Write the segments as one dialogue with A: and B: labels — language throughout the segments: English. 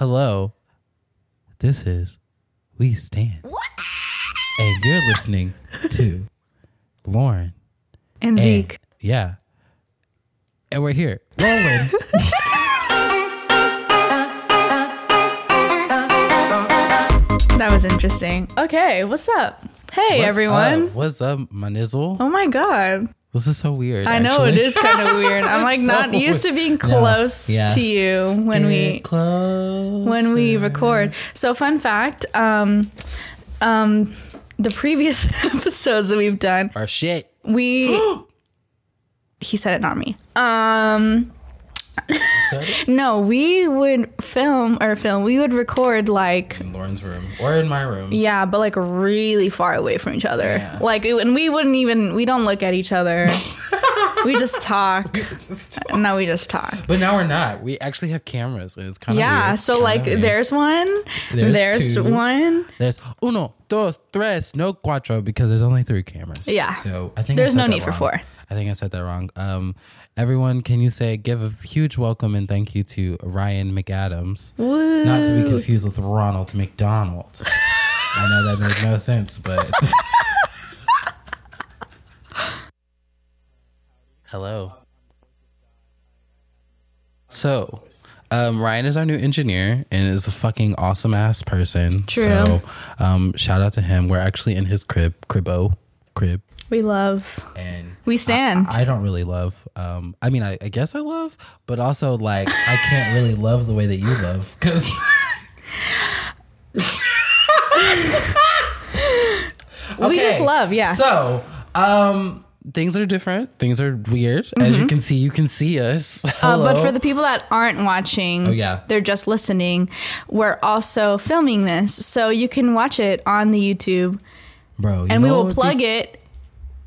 A: Hello. This is We Stand. And you're listening to Lauren.
B: And
A: and-
B: Zeke.
A: yeah. And we're here. Lauren.
B: That was interesting. Okay, what's up? Hey, everyone.
A: up? what's up, my nizzle?
B: Oh my God.
A: This is so weird.
B: I know it
A: actually.
B: is kind of weird. I'm like
A: So
B: not used to being close
A: Yeah.
B: to you when we
A: Get close.
B: when we record. So fun fact, um um the previous episodes that we've done,
A: our shit.
B: we he said it not me. Um no, we would film or film. We would record like
A: In Lauren's room or in my room.
B: Yeah, but like really far away from each other.
A: Yeah.
B: Like, it- and we wouldn't even, we don't look at each other. we just talk. no, we just talk.
A: But now we're not. We actually have cameras, and it's kind of
B: Yeah,
A: Weird.
B: so
A: Kinda
B: like
A: weird.
B: there's one,
A: There's
B: there's,
A: two.
B: one.
A: there's uno, dos, tres, no cuatro because there's only three cameras.
B: Yeah.
A: So I think I
B: There's
A: said
B: no
A: that
B: need for
A: wrong.
B: four.
A: I think I said that wrong. Um, everyone, can you say give a huge welcome and thank you to Ryan McAdams,
B: Woo.
A: not to be confused with Ronald McDonald. I know that made no sense, but. Hello. So, um, Ryan is our new engineer and is a fucking awesome ass person.
B: True.
A: So, um, shout out to him. We're actually in his crib, cribbo, crib,
B: We love,
A: and
B: we stand.
A: I don't really love. Um, I mean, I, I guess I love, but also like I can't really love the way that you love because.
B: We just love,
A: ah,
B: yeah.
A: So, um, things are different. Things are weird. As you can see, you can see us.
B: Mm-hmm. Uh, but
A: Hello. Oh,
B: for the people that aren't watching,
A: yeah.
B: they're just listening. We're also filming this, so you can watch it on the YouTube,
A: bro, you
B: and we
A: know
B: will
A: what would be
B: plug it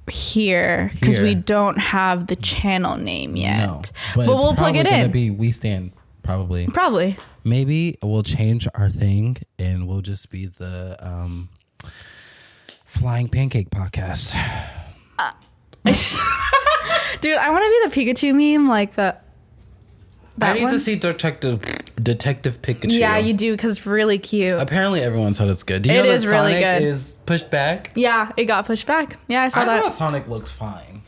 B: here because we
A: Here.
B: don't have the channel name yet.
A: No,
B: but
A: it's
B: we'll plug
A: probably
B: it
A: gonna
B: in.
A: Be we stand probably.
B: Probably.
A: Maybe we'll change our thing and we'll just be the um, flying pancake podcast.
B: Dude, I want to be the Pikachu meme, like the. That
A: I need
B: one?
A: to see Detective Detective Pikachu.
B: Yeah, you do because it's really cute.
A: Apparently, everyone said it's good. Do you
B: It
A: know that
B: is really
A: Sonic
B: good.
A: Is pushed back.
B: Yeah, it got pushed back. Yeah, I saw
A: I
B: that.
A: thought Sonic looked fine.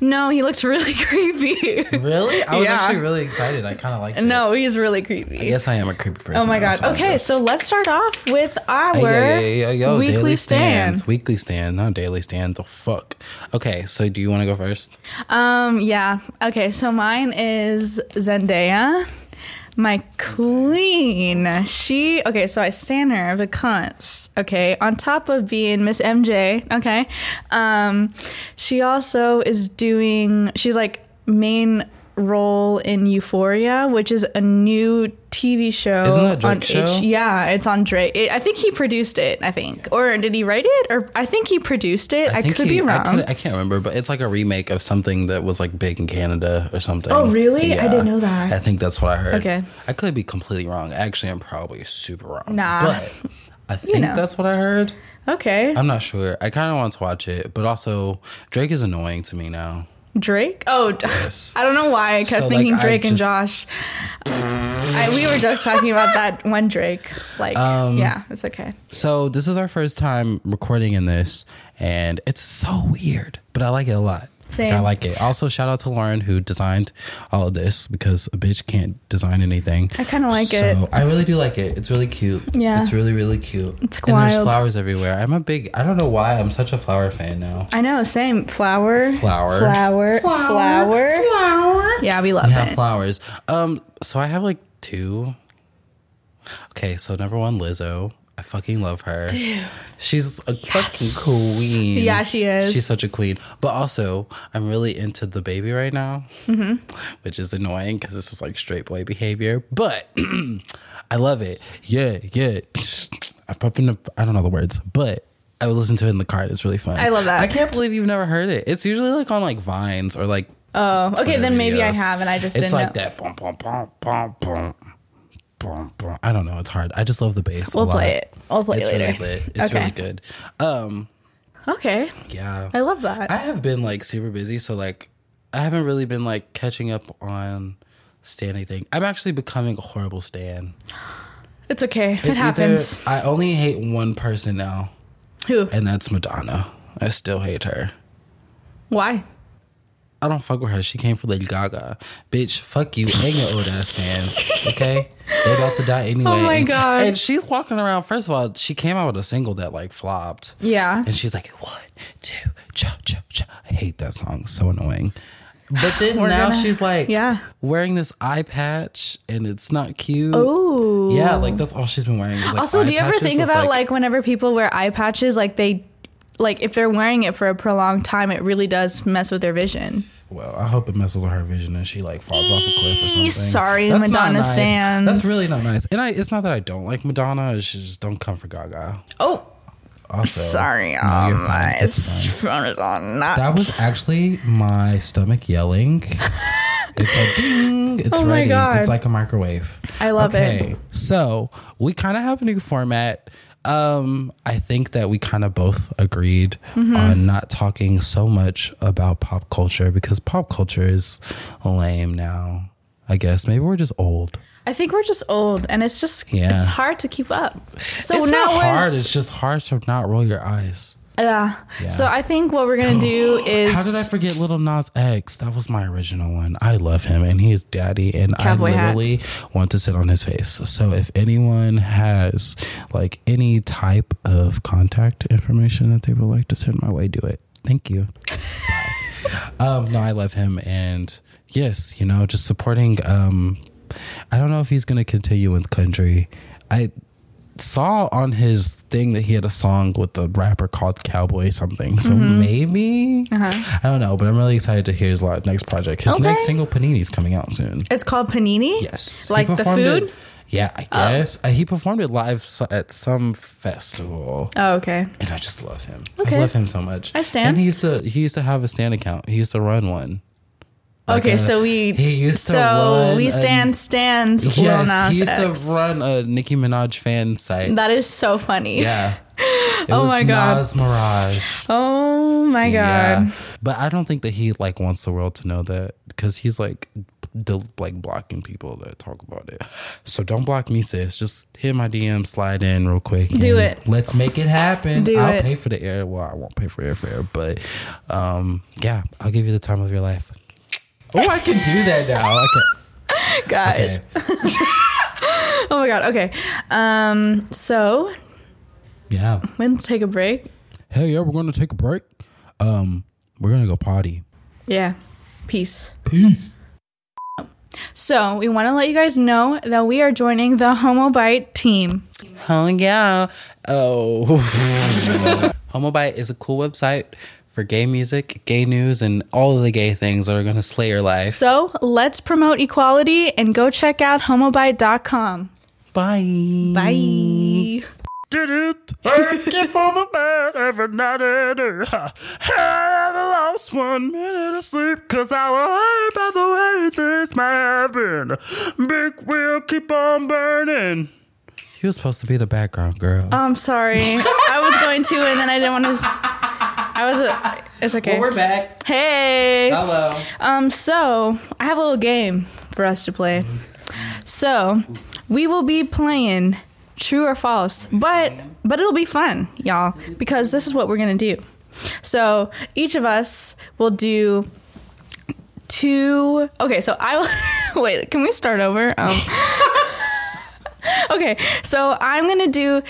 B: No, he looked really creepy.
A: Really? I was
B: Yeah.
A: actually really excited. I kind of liked it.
B: no, he's really creepy.
A: Yes, I am a creepy person.
B: oh my
A: I'm
B: god.
A: sorry,
B: Okay,
A: guys.
B: so let's start off with our
A: Hey, yo, yo, yo, yo,
B: weekly
A: daily
B: stand.
A: stands. Weekly stand, not daily stand. The fuck. Okay, so do you want to go first?
B: Um, yeah. Okay, so mine is Zendaya, my queen. She okay, so I stand her because okay, on top of being Miss MJ, okay, um, she also is doing she's like main role in Euphoria, which is a new TV show
A: Isn't that
B: on
A: Drake's show?
B: H- yeah, it's on Drake. It- I think he produced it. I think, or did he write it? Or I think he produced it. I,
A: think
B: could
A: he-
B: be
A: I,
B: wrong.
A: could- I can't remember, but it's like a remake of something that was like big in Canada or something.
B: Oh, really? I didn't know that.
A: I think that's what I heard.
B: Okay.
A: I could be completely wrong. Actually, I'm probably super wrong.
B: Nah.
A: But I think
B: know.
A: that's what I heard.
B: okay,
A: I'm not sure. I kind of want to watch it, but also Drake is annoying to me now.
B: Drake? Oh, I don't know why I kept
A: So, like,
B: thinking
A: I
B: Drake and
A: just-
B: Josh. I, we were just talking about that one Drake. Like,
A: Um,
B: yeah, it's okay.
A: So this is our first time recording in this, and it's so weird, but I like it a lot.
B: Same.
A: I like it. Also, shout out to Lauren who designed all of this because a bitch can't design anything.
B: I kinda like it.
A: So I really do like it. It's really cute.
B: Yeah.
A: It's really really cute.
B: It's
A: And there's
B: wild.
A: flowers everywhere. I'm a big. I don't know why I'm such a flower fan now.
B: I know. Same flower,
A: Flower.
B: flower, flower.
A: Flower.
B: Yeah, we love
A: We have
B: it.
A: flowers. Um, so I have like two. Okay, so number one, Lizzo. I fucking love her. She's a fucking queen.
B: Yeah, she is.
A: She's such a queen. But also, I'm really into the baby right now,
B: Mm-hmm.
A: which is annoying because this is like straight boy behavior. But I love it. Yeah, yeah. I pop in the, I don't know the words, but I was listening to it in the car. It's really fun.
B: I love that.
A: I can't believe you've never heard it. It's usually like on like Vines or like
B: Oh, okay.
A: Twitter
B: Then maybe I
A: videos.
B: have, and I just
A: it's
B: didn't
A: like
B: know.
A: that. Bum, bum, bum, bum, bum, bum, bum. I don't know. It's hard. I just love the bass. a
B: We'll
A: lot.
B: play it. We'll play
A: It's
B: it later.
A: really lit. It's
B: okay.
A: really good. Um,
B: Okay,
A: yeah.
B: I love that.
A: I have been like super busy, so like I haven't really been like catching up on stan anything. I'm actually becoming a horrible stan.
B: It's okay. it
A: It's either-
B: happens.
A: I only hate one person now,
B: Who?
A: and that's Madonna. I still hate her.
B: Why?
A: I don't fuck with her. She came for Lady Gaga. Bitch, fuck you and your old ass fans. Okay? They about to die anyway.
B: Oh my
A: and,
B: God.
A: And she's walking around. First of all, she came out with a single that like flopped.
B: Yeah.
A: And she's like, one, two, cha, cha, cha. I hate that song. So annoying. But then now
B: gonna-
A: she's like
B: yeah.
A: wearing this eye patch and it's not cute.
B: Ooh.
A: Yeah, like that's all she's been wearing. is, like,
B: Also,
A: eye
B: do you ever
A: patches
B: think
A: with,
B: about like, whenever people wear eye patches, like they, like if they're wearing it for a prolonged time, it really does mess with their vision.
A: Well, I hope it messes with her vision and she like falls off a cliff or something.
B: Eee, sorry,
A: not
B: Madonna
A: nice.
B: stands.
A: That's really not nice. And I, it's not that I don't like Madonna. It's just don't come for Gaga.
B: Oh,
A: Also,
B: sorry,
A: Uh, no, you're fine.
B: um, my
A: It's fine.
B: phone is on not.
A: That was actually my stomach yelling. it's like ding. It's
B: Oh my
A: ready.
B: God.
A: It's like a microwave.
B: I love it.
A: okay, So we kind of have a new format. Um, I think that we kind of both agreed
B: Mm-hmm.
A: on not talking so much about pop culture because pop culture is lame now. I guess maybe we're just old.
B: I think we're just old, and it's just
A: Yeah.
B: it's hard to keep up. So
A: it's
B: Oh, now
A: not
B: we're
A: hard.
B: s-
A: It's just hard to not roll your eyes.
B: yeah. So I think what we're gonna do is
A: How did I forget Little Nas X? That was my original one. I love him, and he is daddy, and I
B: Cowboy hat.
A: literally want to sit on his face. So if anyone has like any type of contact information that they would like to send my way, do it. Thank you. um, no, I love him, and yes, you know, just supporting. Um, I don't know if he's going to continue with country. I saw on his thing that he had a song with the rapper called Cowboy something. So
B: Mm-hmm.
A: maybe I don't know, but I'm really excited to hear his lot- next project. His
B: Uh-huh. Okay.
A: next single Panini's coming out soon.
B: it's called panini.
A: Yes, He
B: Like the
A: performed it-
B: food? Um,
A: yeah, I guess Uh, he performed it live so- at some festival.
B: Oh, okay.
A: And I just love him.
B: Okay.
A: I love him so much.
B: I stand.
A: And he used to he used to have a stand account. He used to run one. Like
B: okay,
A: a-
B: so we
A: he used to
B: so
A: run
B: we
A: a-
B: stand stands Lil
A: Yes,
B: Nas
A: he used
B: X.
A: to run a Nicki Minaj fan site.
B: That is so funny.
A: Yeah. It
B: Oh
A: was
B: my God.
A: Nas Mirage.
B: Oh my god.
A: Yeah, but I don't think that he like wants the world to know that because he's like del- like blocking people that talk about it. So don't block me, sis. Just hit my DM, slide in real quick.
B: Do
A: and
B: it.
A: Let's make it happen.
B: Do
A: I'll
B: it.
A: pay for the air. Well, I won't pay for airfare, but um, yeah, I'll give you the time of your life. Oh, I can do that now. Okay.
B: Guys.
A: okay.
B: Oh my god. Okay. Um so
A: Yeah.
B: we'll take a break.
A: Hey, yeah, we're gonna take a break. Um, we're gonna go potty.
B: Yeah. Peace.
A: Peace.
B: So we want to let you guys know that we are joining the Homobite team.
A: Oh yeah. Oh. Homobite is a cool website for gay music, gay news, and all of the gay things that are gonna slay your life.
B: So let's promote equality and go check out homobite.com.
A: Bye. Mm.
B: Bye.
C: did it. Thank you for the bed every night and day. Ha. I never lost one minute of sleep cause I was hurt by the way things might happen. Big wheel keep on burning.
A: She was supposed to be the background girl.
B: Oh, I'm sorry. I was going to, and then I didn't want to. I was. A, it's okay.
A: back.
B: hey.
A: Hello.
B: Um. So I have a little game for us to play. So we will be playing true or false, but but it'll be fun, y'all, because this is what we're gonna do. So each of us will do two. Okay. So I will. wait. Can we start over? Um. Okay, so I'm gonna do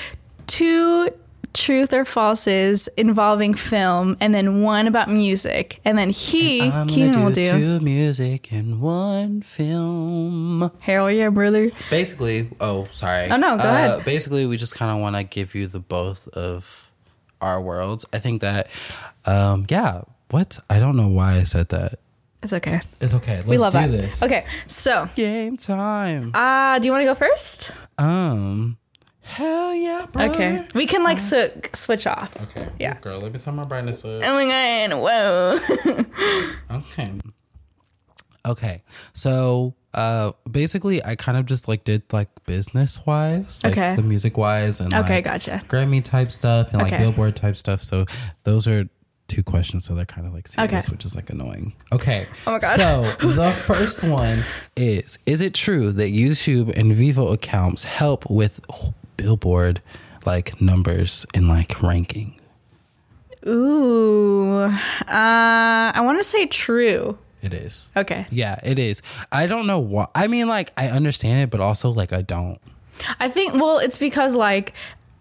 B: two truth or falses involving film, and then one about music, and then he
A: I'm
B: Keenan will
A: gonna do
B: do.
A: two music and one film.
B: Hell yeah, brother!
A: Basically, oh sorry.
B: Oh, no, go ahead.
A: Basically, we just kind of want to give you the both of our worlds. I think that, um, yeah. What? I don't know why I said that.
B: It's okay.
A: It's okay. Let's
B: We love
A: do
B: that.
A: this.
B: Okay, so
A: Game time.
B: uh, do you want to go first?
A: Um. Hell yeah, bro.
B: Okay, uh. we can like su- switch off.
A: Okay.
B: Yeah.
A: Girl, let me turn my brightness up.
B: Oh my god! Whoa.
A: Okay. Okay. So, uh, basically, I kind of just like did like business wise, like
B: Okay.
A: the music wise, and
B: Okay,
A: like,
B: gotcha.
A: Grammy type stuff and like
B: Okay.
A: Billboard type stuff. So those are two questions, so they're kind of like serious,
B: Okay.
A: which is like annoying. Okay.
B: Oh my God.
A: So the first one is: Is it true that YouTube and Vivo accounts help with Billboard like numbers and like ranking?
B: Ooh. Uh, I want to say true.
A: It is.
B: Okay.
A: Yeah, it is. I don't know why. I mean, like, I understand it, but also, like, I don't.
B: I think, well, it's because, like,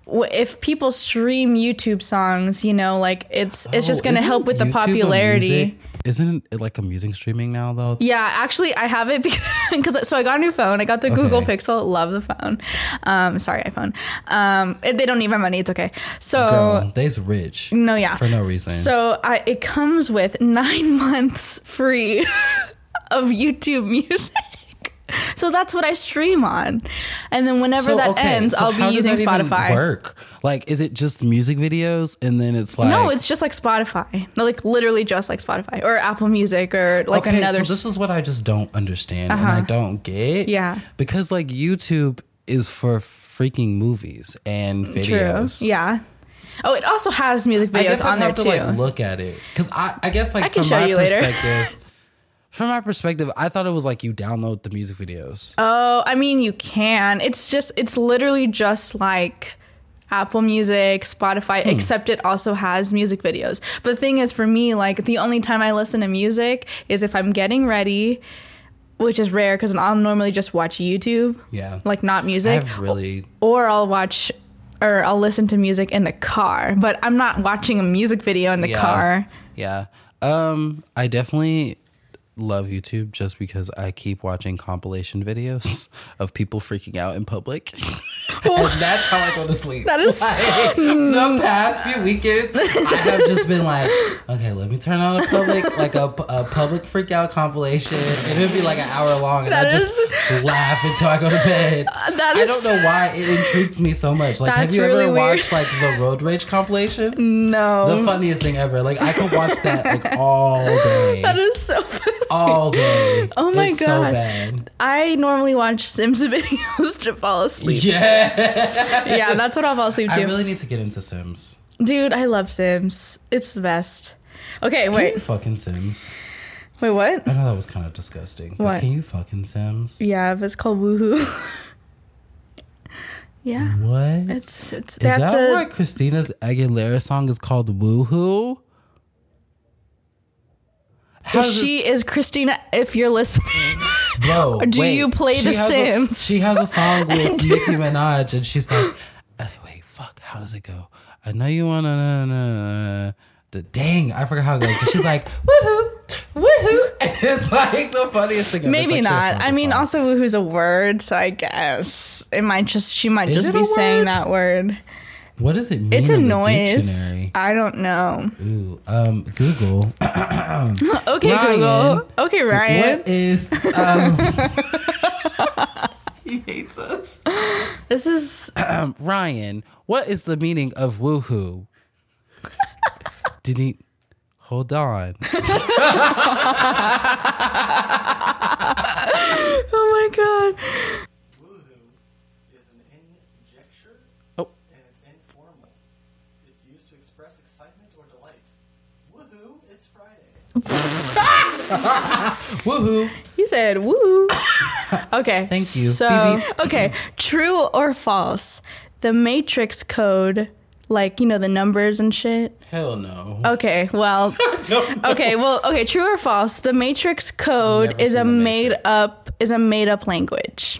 B: w- if people stream YouTube songs, you know, like it's it's just
A: Oh,
B: gonna
A: isn't
B: help with the
A: YouTube a
B: popularity.
A: music- Isn't it like a music streaming now though?
B: Yeah, actually, I have it because so I got a new phone. I got the Google
A: Okay.
B: Pixel. Love the phone. Um, sorry, iPhone. Um, it- they don't need my money. It's okay. So
A: Girl, they's rich.
B: no, yeah,
A: For no reason.
B: So I, it comes with nine months free of YouTube music. So that's what I stream on, and then whenever
A: So,
B: that
A: okay,
B: ends,
A: so
B: I'll
A: how
B: be
A: does
B: using
A: that even
B: Spotify.
A: Work like, is it just music videos and then it's like
B: No, it's just like Spotify, like literally just like Spotify or Apple Music or like
A: Okay,
B: another. Uh-huh.
A: So this is what I just don't understand and I don't get.
B: Yeah.
A: because like YouTube is for freaking movies and videos.
B: True. Yeah. Oh, it also has music
A: I guess
B: videos
A: I'd
B: on there
A: have
B: too.
A: to like look at it because I, I guess like
B: I can
A: from
B: show
A: my
B: you later.
A: perspective, from my perspective, I thought it was like you download the music videos.
B: oh, I mean, you can. It's just, it's literally just like Apple Music, Spotify,
A: Hmm.
B: except it also has music videos. But the thing is, for me, like the only time I listen to music is if I'm getting ready, which is rare because I'll normally just watch YouTube,
A: yeah,
B: like oh. not
A: I
B: music,
A: have really
B: or I'll watch. Or I'll listen to music in the car, but I'm not watching a music video in the
A: Yeah.
B: car.
A: Yeah. Um, I definitely love YouTube just because I keep watching compilation videos of people freaking out in public. and that's how I go to sleep.
B: That is-
A: like, the past few weekends. I have just been like, okay, let me turn on a public like a, a public freak out compilation. and It'll be like an hour long, and I
B: That
A: just laugh until I go to bed.
B: That
A: I
B: is
A: don't know why it intrigues me so much. Like, have
B: That's
A: you
B: really
A: ever
B: weird. Mm.
A: watched like the road rage compilations?
B: no.
A: the funniest thing ever. Like I could watch that like all day,
B: That is so funny.
A: all day.
B: Oh my
A: it's so
B: God.
A: bad.
B: I normally watch Sims videos to fall asleep.
A: Yeah,
B: Yeah, that's what I'll fall asleep
A: I
B: to.
A: really need to get into Sims.
B: Dude, I love Sims. It's the best. Okay,
A: Can you
B: wait.
A: fucking Sims.
B: Wait, what?
A: I know that was kind of disgusting. but
B: What?
A: Can you fucking Sims?
B: Yeah, but it's called Woohoo. yeah.
A: What? Is
B: It's it's they have
A: that
B: to
A: why Christina's Aguilera song is called Woohoo? How does
B: she is Christina if you're listening.
A: Bro,
B: do
A: wait.
B: you play The
A: has a-
B: Sims?
A: she has a song with Nicki Minaj, and she's like, uh, "Wait, fuck, how does it go? I know you wanna na, na, na, the dang, I forgot how it goes." But she's like, "Woohoo, woohoo!" And it's like the funniest thing. ever. It's
B: Maybe
A: like she
B: not.
A: recorded
B: I
A: the
B: mean
A: song.
B: also Woohoo's a word, so I guess it might just she might
A: Is
B: just
A: it
B: be
A: a
B: saying
A: word?
B: that word.
A: what does it mean?
B: It's a
A: in the
B: noise.
A: dictionary?
B: I don't know.
A: Ooh, um, Google.
B: Okay,
A: Ryan,
B: Google. Okay, Ryan.
A: What is um,
B: This is
A: um, Ryan? What is the meaning of woohoo? Did he? Hold on.
B: Oh my god.
D: Woohoo is an injection
A: Oh.
D: and it's informal. It's used to express excitement or delight. Woohoo, it's Friday.
A: Woohoo!
B: You said woo. okay.
A: Thank you.
B: So,
A: Beep,
B: okay, true or false? The matrix code like, you know, the numbers and shit.
A: Hell no.
B: Okay, well, okay, well, okay, true or false? The matrix code
A: Never
B: is
A: seen
B: a
A: The
B: made
A: Matrix.
B: up is a made up language.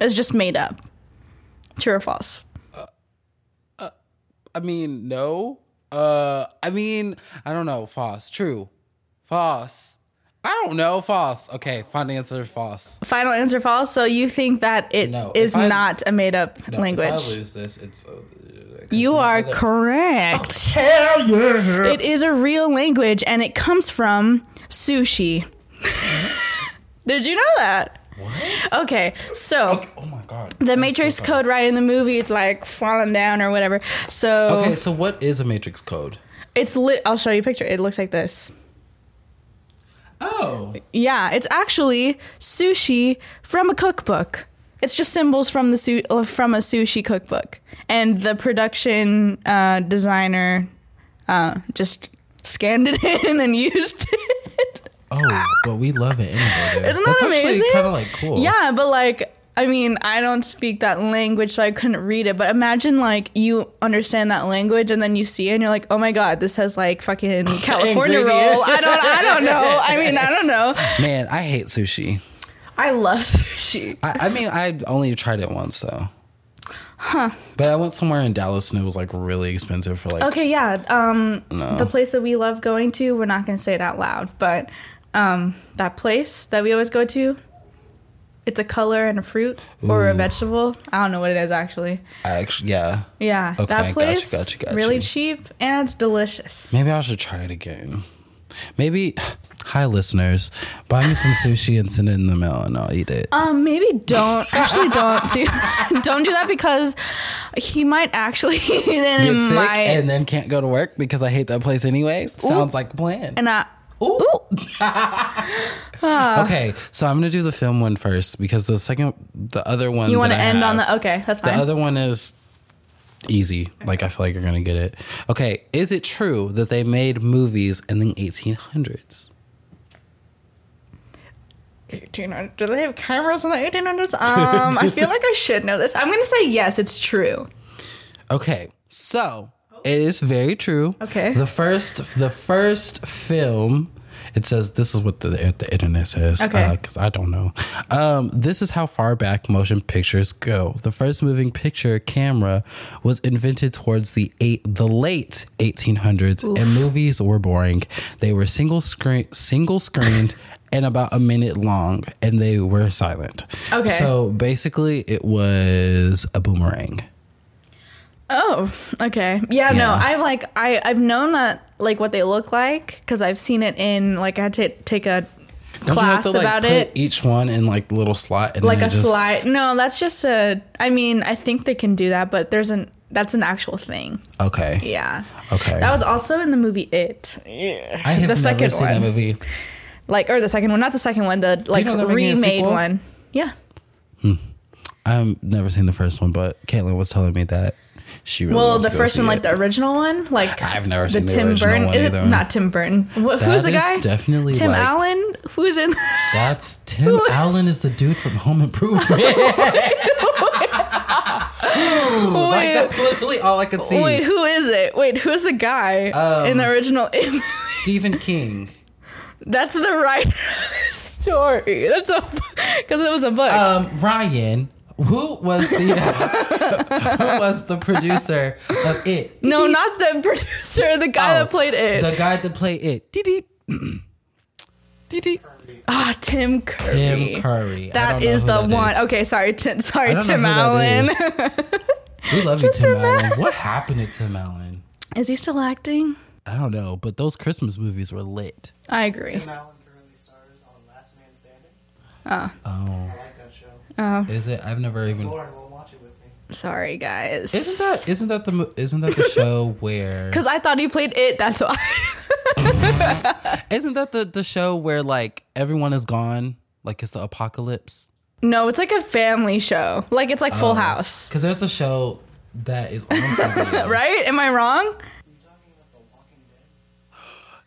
B: It's just made up. True or false?
A: I mean, no. Uh, I mean, I don't know. False. True. False. I don't know. False. Okay. Final answer. False.
B: Final answer false. So you think that it is
A: No, if I-
B: not a made up language?
A: If I lose this, it's. Uh, 'cause
B: You
A: my
B: are
A: other-
B: correct.
A: Oh,
B: It is a real language and it comes from sushi. Did you know that?
A: What?
B: Okay, so
A: Oh my god.
B: the Matrix code, right in the movie, it's like falling down or whatever. So
A: Okay. So what is a matrix code?
B: it's lit. I'll show you a picture. It looks like this.
A: Oh.
B: Yeah, it's actually sushi from a cookbook. It's just symbols from the su- uh, from a sushi cookbook, and the production uh, designer uh, just scanned it in and used it.
A: Oh, but we love it anyway. dude.
B: Isn't that
A: That's
B: amazing?
A: actually kind of like cool.
B: Yeah, but like, I mean, I don't speak that language, so I couldn't read it. But imagine like you understand that language, and then you see it, and you're like, oh my god, this has like fucking California roll.
A: Ingredient.
B: I don't, I don't know. I mean, I don't know.
A: Man, I hate sushi.
B: I love sushi.
A: I, I mean, I only tried it once though. Huh. But I went somewhere in Dallas and it was like really expensive for like.
B: Okay, yeah. Um, the place that we love going to, we're not gonna say it out loud, but um, that place that we always go to. It's a color and a fruit or a vegetable. I don't know what it is actually.
A: I actually, yeah.
B: Yeah,
A: Okay,
B: that
A: gotcha,
B: place
A: gotcha, gotcha.
B: really cheap and delicious.
A: Maybe I should try it again. Maybe, hi listeners, buy me some sushi and send it in the mail and I'll eat it.
B: Um, maybe don't actually don't do don't do that because he might actually and
A: Get
B: it
A: sick
B: might
A: and
B: and,
A: then can't go to work because I hate that place anyway. Sounds like a plan.
B: I
A: Ooh. okay, so I'm gonna do the film one first because the second, the other one.
B: you
A: want to
B: end on the okay that's
A: The
B: fine.
A: other one is easy. Like I feel like you're gonna get it. Okay, is it true that they made movies in the 1800s?
B: do, you know, do they have cameras in the 1800s? Um, I feel like I should know this. I'm gonna say yes. It's true.
A: Okay, so it is very true.
B: Okay.
A: The first, the first film. It says this is what the, the internet says
B: Okay.
A: because I don't know. Um, this is how far back motion pictures go. The first moving picture camera was invented towards the eight, the late 1800s, and movies were boring. They were single screen, single screened, and about a minute long, and they were silent.
B: Okay.
A: So basically, it was a boomerang.
B: Oh, okay. Yeah, no,
A: Yeah.
B: I've like I I've known that like what they look like because I've seen it in like I had to take a
A: Don't you have
B: class
A: to, like,
B: about
A: put
B: it.
A: Each one in like little slot, and
B: like
A: then
B: a
A: it just-
B: slide. No, that's just a. I mean, I think they can do that, but there's an that's an actual thing.
A: Okay,
B: Yeah.
A: okay.
B: That was also in the movie It,
A: I have
B: the
A: never
B: second
A: seen
B: one.
A: that movie.
B: like or the second one, not the second one, the like
A: know they're making a
B: remade
A: sequel?
B: one. Yeah.
A: I've never seen the first one, but Caitlin was telling me that she really
B: Well,
A: wants
B: the
A: to go
B: first
A: see
B: one,
A: it.
B: like the original one, like
A: I've never seen the original
B: Burton.
A: one
B: is it
A: either.
B: not Tim Burton? Wh-
A: That
B: who's the
A: is
B: guy?
A: definitely,
B: Tim
A: like-
B: Allen. Who's in?
A: That's Tim
B: Who is-
A: Allen is the dude from Home Improvement. like
B: Wait.
A: that's literally all I could see.
B: Wait, who is it? Wait, who's the guy in
A: Um,
B: the original?
A: Stephen King.
B: That's the right story. That's a because it was a book.
A: Um, Ryan, who was the who was the producer of it?
B: No, not the producer, the guy
A: Oh,
B: that played
A: The
B: it.
A: guy that played it. Dee-dee. Dee-dee.
B: Ah, Tim Curry.
A: Tim Curry. I don't
B: That
A: know
B: is
A: who
B: the
A: that
B: one.
A: is.
B: Okay, sorry, Tim.
A: I
B: Sorry,
A: don't know
B: Tim
A: who that
B: Allen.
A: is. We love you,
B: Just
A: Tim
B: imagine.
A: Allen. What happened to Tim Allen?
B: Is he still acting?
A: I don't know, but those Christmas movies were lit.
B: I agree.
D: Tim Allen currently stars on Last Man Standing.
A: Oh,
D: I like that show.
B: Oh.
A: is it? I've never even.
D: Lauren will watch it with me.
B: Sorry, guys.
A: Isn't that isn't that the mo- isn't that the show where
B: Because I thought he played it. That's why.
A: isn't that the the show where like everyone is gone like it's the apocalypse
B: no, it's like a family show. Like it's like Full House,
A: because there's a show that is on somebody else.
B: right? Am I wrong?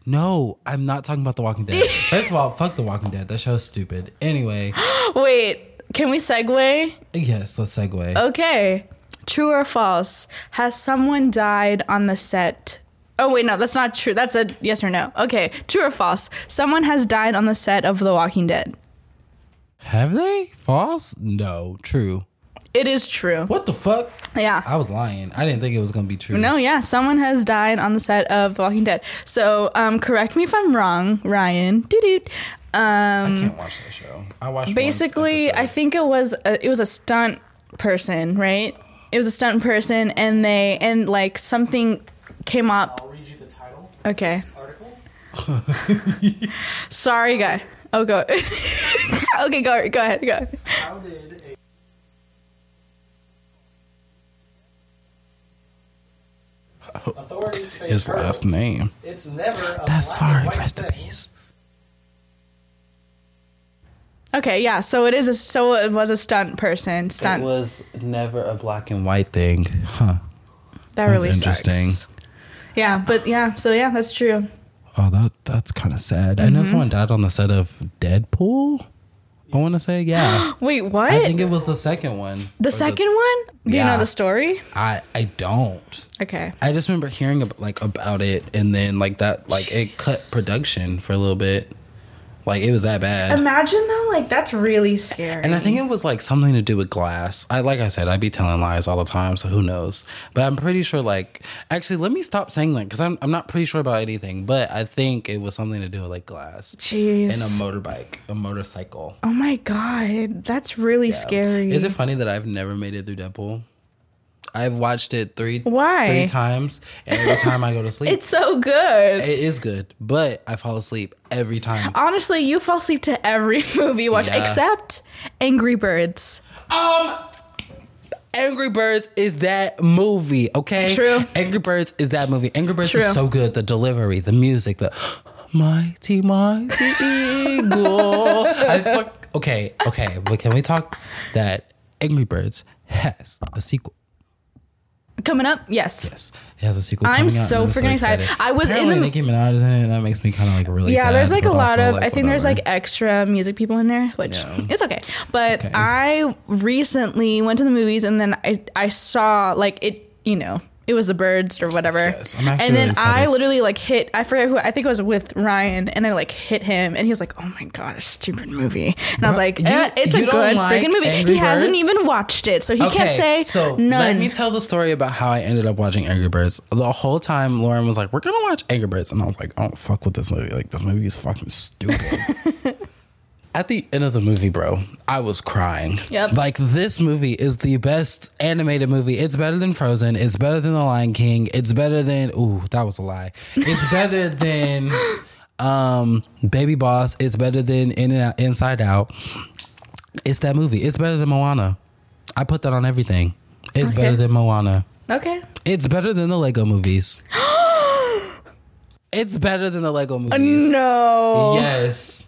A: No, I'm not talking about The Walking Dead. First of all, fuck The Walking Dead. That show's stupid. Anyway,
B: Wait, can we segue?
A: yes, let's segue.
B: Okay. True or false? Has someone died on the set? Oh, wait, no, that's not true. That's a yes or no. Okay. True or false? Someone has died on the set of The Walking Dead.
A: Have they? False? No, true.
B: It is true.
A: What the fuck?
B: Yeah.
A: I was lying. I didn't think it was gonna be true.
B: No, yeah, someone has died on the set of The Walking Dead. So, um, correct me if I'm wrong, Ryan. Doo-doo. Um,
A: I can't watch that show. I watched
B: basically i think it was a, it was a stunt person right it was a stunt person and they and like something came up
D: I'll read you the title of
B: okay
D: this article.
B: sorry guy oh go okay go go ahead go
D: How did a Authorities face
A: his
D: hurdles.
A: last name.
D: It's never a
A: That's
D: black and
A: sorry.
D: white
A: Rest in
D: thing.
A: peace.
B: okay yeah so it is a so it was a stunt person stunt
A: was never a black and white thing, huh?
B: that really
A: interesting.
B: sucks yeah but yeah so yeah that's true
C: oh, that that's kind of sad.
A: I
B: Mm-hmm.
A: know someone died on the set of Deadpool. I want to say, yeah.
B: Wait, what?
A: I think it was the second one.
B: the second one? Do you
A: Yeah.
B: know the story?
A: I I don't.
B: Okay.
A: I just remember hearing about, like about it, and then like that, like it cut production for a little bit. Like it was that bad.
B: Imagine though, like that's really scary.
A: And I think it was like something to do with glass. I like I said, I'd be telling lies all the time, so who knows? But I'm pretty sure like actually let me stop saying that because I'm I'm not pretty sure about anything, but I think it was something to do with like glass. And a
B: Jeez.
A: motorbike, a motorcycle. Um,
B: oh my god, that's really scary.
A: Is it funny that I've never made it through Deadpool? I've watched it three
B: Why?
A: three times, and every time I go to sleep,
B: It's so good.
A: it is good, but I fall asleep every time.
B: Honestly, you fall asleep to every movie you watch
A: Yeah.
B: except Angry Birds.
A: Angry Birds is that movie, okay?
B: True.
A: Angry Birds is that movie. Angry Birds
B: True.
A: is so good. The delivery, the music, the mighty, mighty eagle. I fuck. Okay, okay, but can we talk that Angry Birds has a sequel?
B: Coming up, yes.
A: Yes, it has a sequel. coming
B: I'm
A: out,
B: so
A: and
B: freaking excited. I was in
A: Apparently
B: the-
A: Nicki Minaj is in it, and that makes me kind of like really.
B: Yeah,
A: sad,
B: there's like a
A: but
B: lot
A: also,
B: of. I
A: like,
B: think there's
A: whatever.
B: like extra music people in there, which it's okay. But
A: Okay.
B: I recently went to the movies and then I I saw like it, you know, it was the birds or whatever.
A: Yes, I'm actually
B: and then
A: really
B: I
A: excited.
B: literally like hit. I forget who. I think I was with Ryan, and I like hit him, and he was like, "Oh my god, stupid movie." And I was
A: Bruh,
B: like,
A: you-
B: eh, "It's a
A: you
B: good
A: don't like
B: freaking movie."
A: Angry
B: he hasn't
A: Birds?
B: even watched it, so he can't say
A: so
B: none.
A: let me tell the story about how I ended up watching Angry Birds. The whole time Lauren was like, "We're gonna watch Angry Birds," and I was like, "I don't fuck with this movie. Like this movie is fucking stupid." At the end of the movie, bro, I was crying.
B: Yep.
A: Like this movie is the best animated movie. It's better than Frozen. It's better than The Lion King. It's better than ooh, that was a lie. It's better than um Baby Boss. It's better than In and Out, Inside Out. It's that movie. It's better than Moana. I put that on everything. It's
B: Okay.
A: better than Moana.
B: okay.
A: It's better than the Lego movies. it's better than the Lego movies.
B: No.
A: Yes.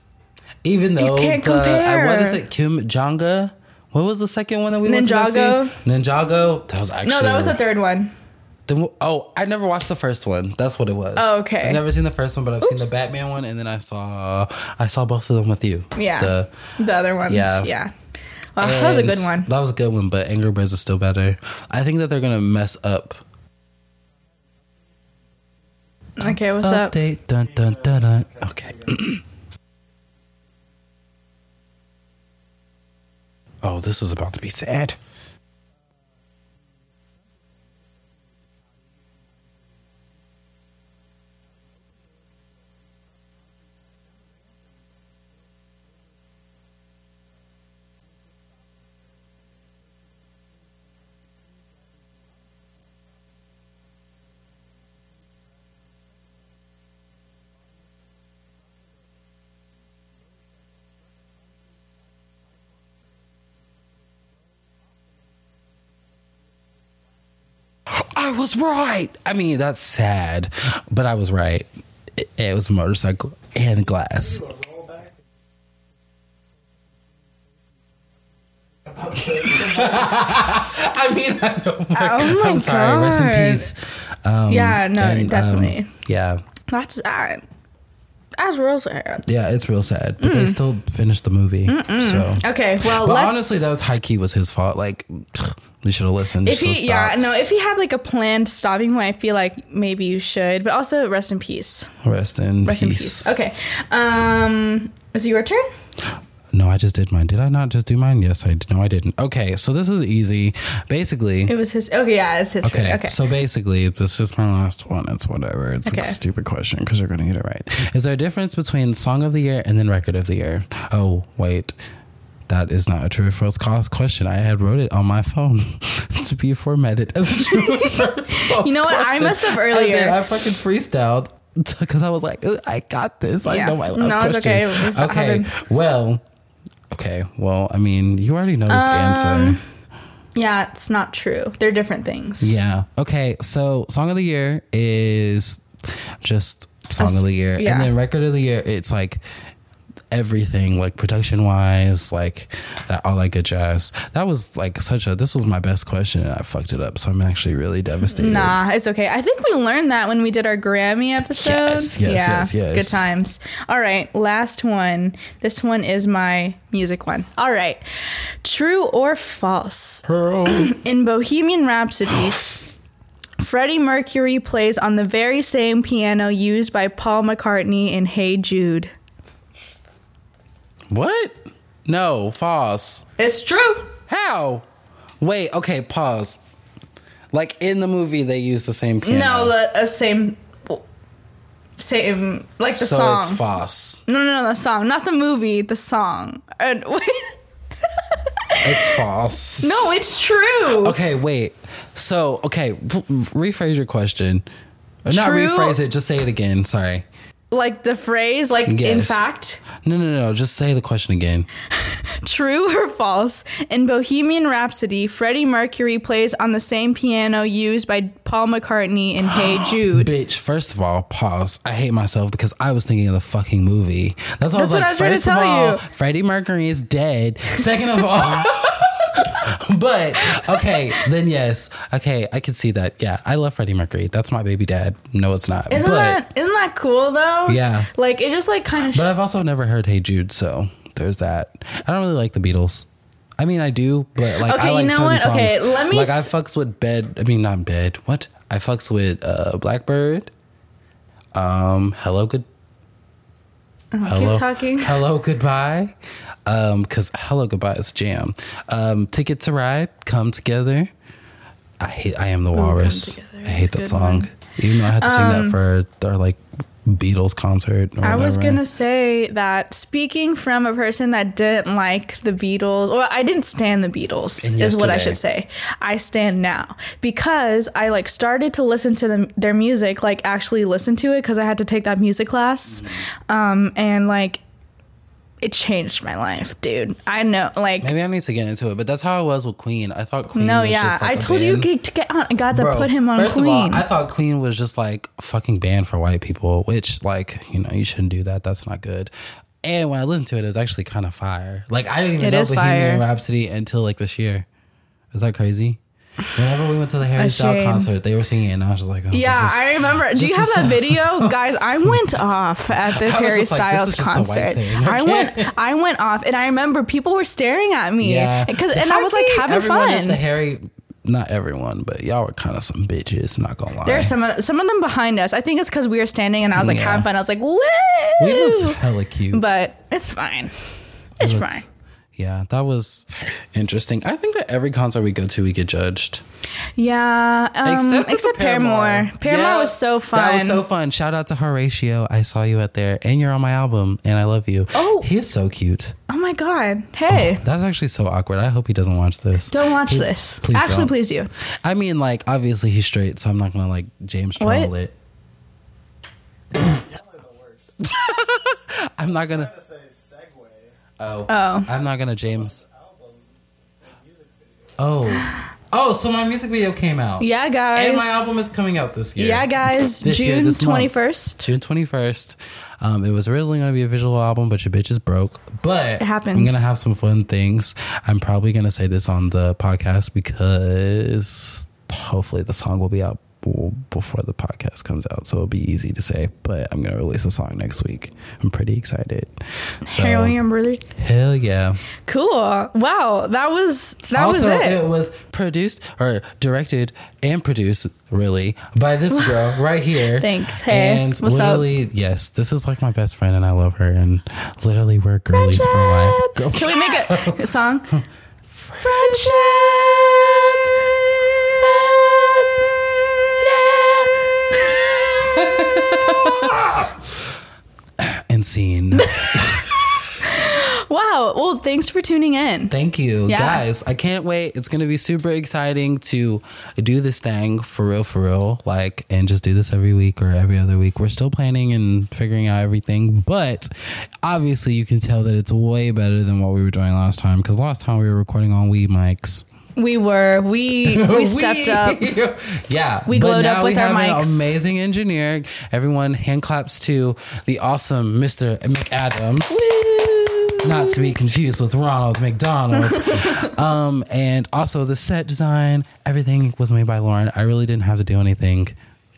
A: Even though
B: can't
A: the, I, what is
B: compare.
A: it? Kim Jonga? What was the second one that we went to go see?
B: Ninjago.
A: Ninjago. That was actually
B: No, that was the third one.
A: the- oh, I never watched the first one. That's what it was.
B: Oh, okay.
A: I've never seen the first one, but I've seen the Batman one, and then I saw I saw both of them with you.
B: Yeah.
A: The-
B: The other ones. Yeah.
A: Yeah.
B: Wow, that was a good
A: and
B: one.
A: That was a good one, but Angry Birds is still better. I think that they're gonna mess up.
B: Okay, what's up?
A: Update. Dun dun dun dun. Okay. oh, this is about to be sad. I was right. I mean, that's sad, but I was right. It, it was a motorcycle and glass. I mean, I know.
B: Oh my
A: I'm sorry. Rest in
B: God.
A: peace. Um,
B: Yeah, no, Uh, definitely.
A: yeah,
B: That's sad. That's real sad.
A: yeah, it's real sad, but they still finished the movie. So,
B: Okay,
A: but
B: well, Mm. Uh, let's.
A: honestly, that was high key was his fault. Like, we should have listened.
B: if
A: so
B: he, yeah,
A: stopped.
B: no, if he had like a planned stopping point, I feel like maybe you should. But also, rest in peace.
A: Rest in
B: Rest
A: peace.
B: in peace. Okay. Um, is it your turn?
A: No, I just did mine. Did I not just do mine? Yes, I did. No, I didn't. Okay, so this is easy. Basically,
B: It was his. Okay, yeah, it's his. turn.
A: okay,
B: Okay.
A: so basically, this is my last one. It's whatever. It's
B: Okay.
A: a stupid question because you're going to get it right. Is there a difference between song of the year and then record of the year? Oh, wait. That is not a true or false cause question. I had wrote it on my phone to be formatted as a true or false
B: You know what? I
A: question.
B: messed up
A: And
B: earlier.
A: then I fucking freestyled because I was like, "Ooh, I got this. I
B: Yeah.
A: know my last
B: No, it's
A: question.
B: okay. It
A: Okay.
B: happens.
A: Well, okay. Well, I mean, you already know
B: Um,
A: this answer.
B: yeah, it's not true. They're different things.
A: Yeah. Okay. So, song of the year is just song of the year,
B: yeah.
A: and then record of the year. It's like everything, like production wise, like that, all that good jazz. That was like such a. This was my best question, and I fucked it up. So I'm actually really devastated.
B: Nah, it's okay. I think we learned that when we did our Grammy episode.
A: Yes, yes,
B: yeah,
A: yes, yes.
B: Good times. All right, last one. This one is my music one. All right. True or false? In Bohemian Rhapsody, Freddie Mercury plays on the very same piano used by Paul McCartney in Hey Jude.
A: What? No, false.
B: It's true.
A: How? Wait. Okay. Pause. Like in the movie, they use the same piano.
B: No, the uh, same, same like the
A: so
B: song.
A: it's false.
B: No, no, no, the song, not the movie, the song. And wait,
A: It's false.
B: no, it's true.
A: Okay, wait. So, okay, p- rephrase your question. Uh, Not
B: True-
A: rephrase it, just say it again. Sorry.
B: Like the phrase, like in
A: Yes.
B: fact,
A: No, no, no, just say the question again.
B: true or false. In Bohemian Rhapsody, Freddie Mercury plays on the same piano used by Paul McCartney in Hey Jude.
A: Bitch, first of all, pause. I hate myself because I was thinking of the fucking movie. That's why I was
B: That's what
A: like,
B: I was trying to
A: first of
B: tell
A: all,
B: you.
A: Freddie Mercury is dead. Second of all, but okay, then yes. Okay, I can see that. Yeah, I love Freddie Mercury. That's my baby dad. No, it's not.
B: Isn't
A: but,
B: that isn't that cool though?
A: Yeah.
B: Like it just like kind of.
A: But I've also never heard Hey Jude, so there's that. I don't really like the Beatles. I mean, I do, but like,
B: Okay,
A: I
B: you
A: like
B: know
A: certain
B: what?
A: songs.
B: Okay, let me
A: Like, I
B: s-
A: fucks with bed. I mean, not bed. What? I fucks with uh, Blackbird. Um, hello, good. hello,
B: talking.
A: Hello, goodbye. Um, cause hello, goodbye is jam. Um, ticket to ride, come together. I hate. I am the walrus.
B: Together,
A: I hate
B: that's a
A: that
B: good
A: song.
B: one. Um,
A: Even though I had to sing that for our like Beatles concert. Or
B: I was
A: whatever.
B: gonna say that speaking from a person that didn't like the Beatles, or I didn't stand the Beatles,
A: And
B: is what I
A: yesterday.
B: should say. I stand now because I like started to listen to them, their music, like actually listen to it because I had to take that music class, um, and like it changed my life, dude. I know, like.
A: Maybe I need to get into it, but that's how I was with Queen. I thought Queen.
B: no,
A: was
B: yeah,
A: just like
B: I
A: a
B: told
A: band.
B: you to get on. God's
A: Bro,
B: I put him on
A: First
B: Queen.
A: of all, I thought Queen was just like a fucking banned for white people, which like you know you shouldn't do that. That's not good. And when I listened to it, it was actually kind of fire. Like I didn't even
B: It
A: know
B: is
A: Bohemian
B: fire.
A: Rhapsody until like this year. Is that crazy? Whenever we went to the Harry Styles
B: shame.
A: concert, they were singing it, and I was just like, oh, this
B: Yeah,
A: is-
B: I remember. Do
A: this
B: you have
A: is
B: that
A: the-
B: video, guys? I went off at this
A: I was
B: Harry
A: just like, this
B: Styles
A: is just a white
B: concert.
A: thing,
B: I
A: okay?
B: went, I went off, and I remember people were staring at me,
A: Yeah,
B: because and I was like
A: Hardly
B: having
A: everyone at The
B: fun.
A: Harry, not everyone, but y'all were kind of some bitches. Not gonna lie.
B: There are some of, some of them behind us. I think it's because we were standing, and I was like
A: Yeah.
B: having fun. I was like, woo!
A: we looked hella cute.
B: but it's fine. It's
A: looked-
B: fine.
A: Yeah, that was interesting. I think that every concert we go to, we get judged.
B: Yeah. Um, except
A: at the
B: Paramore. Paramore,
A: Yeah,
B: was so fun.
A: That was so fun. Shout out to Horatio. I saw you at there, and you're on my album, and I love you.
B: Oh.
A: he is so cute.
B: oh my god! Hey,
A: That's actually so awkward. I hope he doesn't watch this.
B: don't watch
A: Please-
B: this.
A: please
B: Actually,
A: don't.
B: please do.
A: I mean, like, obviously he's straight, so I'm not gonna like James
B: What?
A: troll it.
D: Y'all are the worst.
A: I'm not gonna.
D: I'm gonna say segue.
A: Oh,
B: Oh.
A: I'm not gonna James. Oh, oh, so my music video came out.
B: Yeah, guys.
A: And my album is coming out this year.
B: Yeah, guys.
A: This year,
B: June
A: this month.
B: twenty first.
A: June 21st. Um, it was originally going to be a visual album, but your bitch is broke. But
B: It happens.
A: I'm going to have some fun things. I'm probably going to say this on the podcast because hopefully the song will be out b- before the podcast comes out. So it'll be easy to say, but I'm going to release a song next week. I'm pretty excited. So,
B: Hell yeah, brother.
A: Hell yeah.
B: Cool. Wow, that was that was
A: also,
B: it.
A: was produced or directed and produced really by this girl right here.
B: Thanks. Hey,
A: and
B: what's up?
A: literally, yes, this is like my best friend, and I love her. And literally, we're girlies for life.
B: Friendship.
A: Girl-
B: Can we make a song? Friendship.
A: and scene.
B: wow. Well, thanks for tuning in.
A: Thank you,
B: Yeah.
A: guys. I can't wait. It's gonna be super exciting to do this thing for real, for real. Like, and just do this every week or every other week. We're still planning and figuring out everything, but obviously, you can tell that it's way better than what we were doing last time. Because last time we were recording on weed mics.
B: We were. We we stepped up.
A: yeah,
B: We
A: but
B: glowed
A: now
B: up with
A: we
B: our
A: have an
B: mics.
A: amazing engineer. Everyone, hand claps to the awesome Mr. McAdams. Not to be confused with Ronald McDonald. um, and also the set design, everything was made by Lauren. I really didn't have to do anything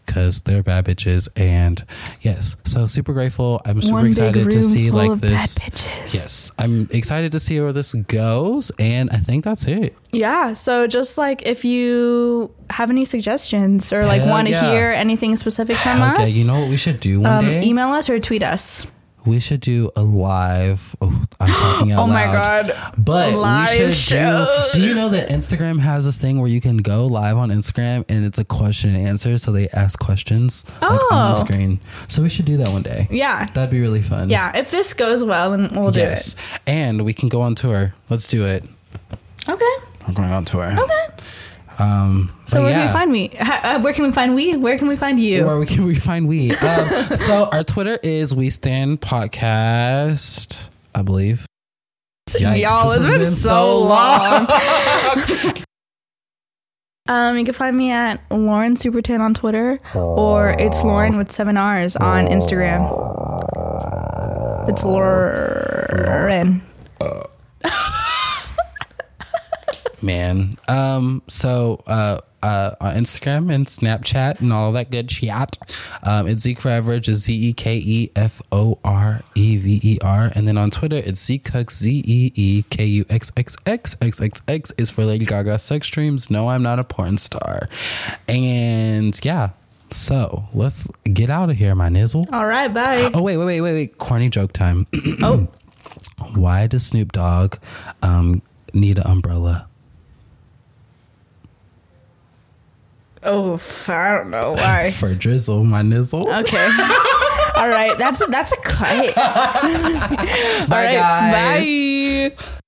A: because they're bad bitches. And yes, so super grateful. I'm super
B: One big
A: excited to
B: room
A: see
B: full
A: like
B: of bad
A: this.
B: bitches.
A: Yes, I'm excited to see where this goes. And I think that's it.
B: Yeah. So just like if you have any suggestions or like
A: Hell
B: want to
A: yeah.
B: hear anything specific from
A: okay,
B: us,
A: you know what we should do one
B: um,
A: day?
B: email us or tweet us.
A: We should do a live. Oh, I'm talking out
B: Oh my
A: loud.
B: God.
A: But
B: Live
A: we should do. Do you
B: shows.
A: know that Instagram has this thing where you can go live on Instagram and it's a question and answer, so they ask questions like, on the
B: Oh.
A: screen. So we should do that one day.
B: Yeah.
A: that'd be really fun.
B: Yeah. If this goes well, then we'll do
A: Yes, and we can go on tour. Let's do it.
B: it. Okay.
A: We're going on tour.
B: Okay.
A: Um,
B: So
A: but
B: where can
A: yeah.
B: we find me? Ha- uh, Where can we find we? Where can we find you?
A: Where we can we find we? Um, so our Twitter is We Stand Podcast, I believe. Yikes,
B: Y'all,
A: this
B: it's
A: has
B: been,
A: been
B: so
A: so
B: long. um, you can find me at Lauren Supertan on Twitter, or it's Lauren with seven R's on Instagram. It's Lauren.
A: man um so uh uh, on Instagram and Snapchat and all that good chat. Um, it's Zeke Forever, just Z E K E F O R E V E R. And then on Twitter, it's Zeke Cux, Z E E K U X X X X X X is for Lady Gaga sex dreams. No, I'm not a porn star. And yeah, so let's get out of here, my nizzle.
B: All right, bye.
A: Oh, wait, wait, wait, wait, wait. Corny joke time.
B: Oh,
A: Why does Snoop Dogg um, need an umbrella?
B: oh, I don't know why.
A: For drizzle, my nizzle.
B: Okay. All right, that's that's a cut. All right,
A: guys.
B: bye.